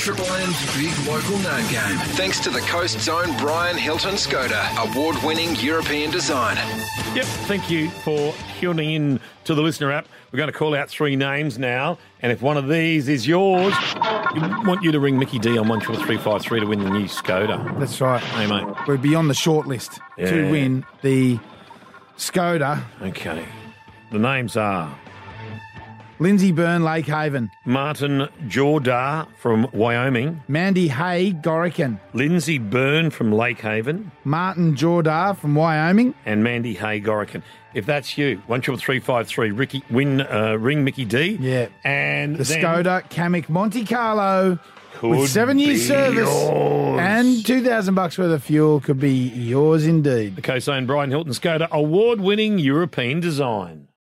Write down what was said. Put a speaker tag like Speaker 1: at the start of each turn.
Speaker 1: Triple M's big local name game. Thanks to the Coast's own Brian Hilton Skoda, award winning European design.
Speaker 2: Yep, thank you for tuning in to the listener app. We're going to call out three names now, and if one of these is yours, we want you to ring Mickey D on one triple three five three to win the new Skoda.
Speaker 3: That's right.
Speaker 2: Hey mate,
Speaker 3: We're beyond the short list
Speaker 2: Yeah.
Speaker 3: to win the Skoda
Speaker 2: okay. The names are
Speaker 3: Lindsay Byrne Lake Haven,
Speaker 2: Martin Jordar from Wyoming,
Speaker 3: Mandy Hay Gorican,
Speaker 2: Lindsay Byrne from Lake Haven,
Speaker 3: Martin Jordar from Wyoming.
Speaker 2: and Mandy Hay Gorican. If that's you, one triple three five three. Ricky, win. Uh, ring Mickey D.
Speaker 3: Yeah.
Speaker 2: and
Speaker 3: The
Speaker 2: then
Speaker 3: Skoda Kamiq Monte Carlo
Speaker 2: Could
Speaker 3: with seven years
Speaker 2: be
Speaker 3: service
Speaker 2: yours.
Speaker 3: and two thousand bucks worth of fuel could be yours indeed.
Speaker 2: The co-sign Brian Hilton Skoda, award-winning European design.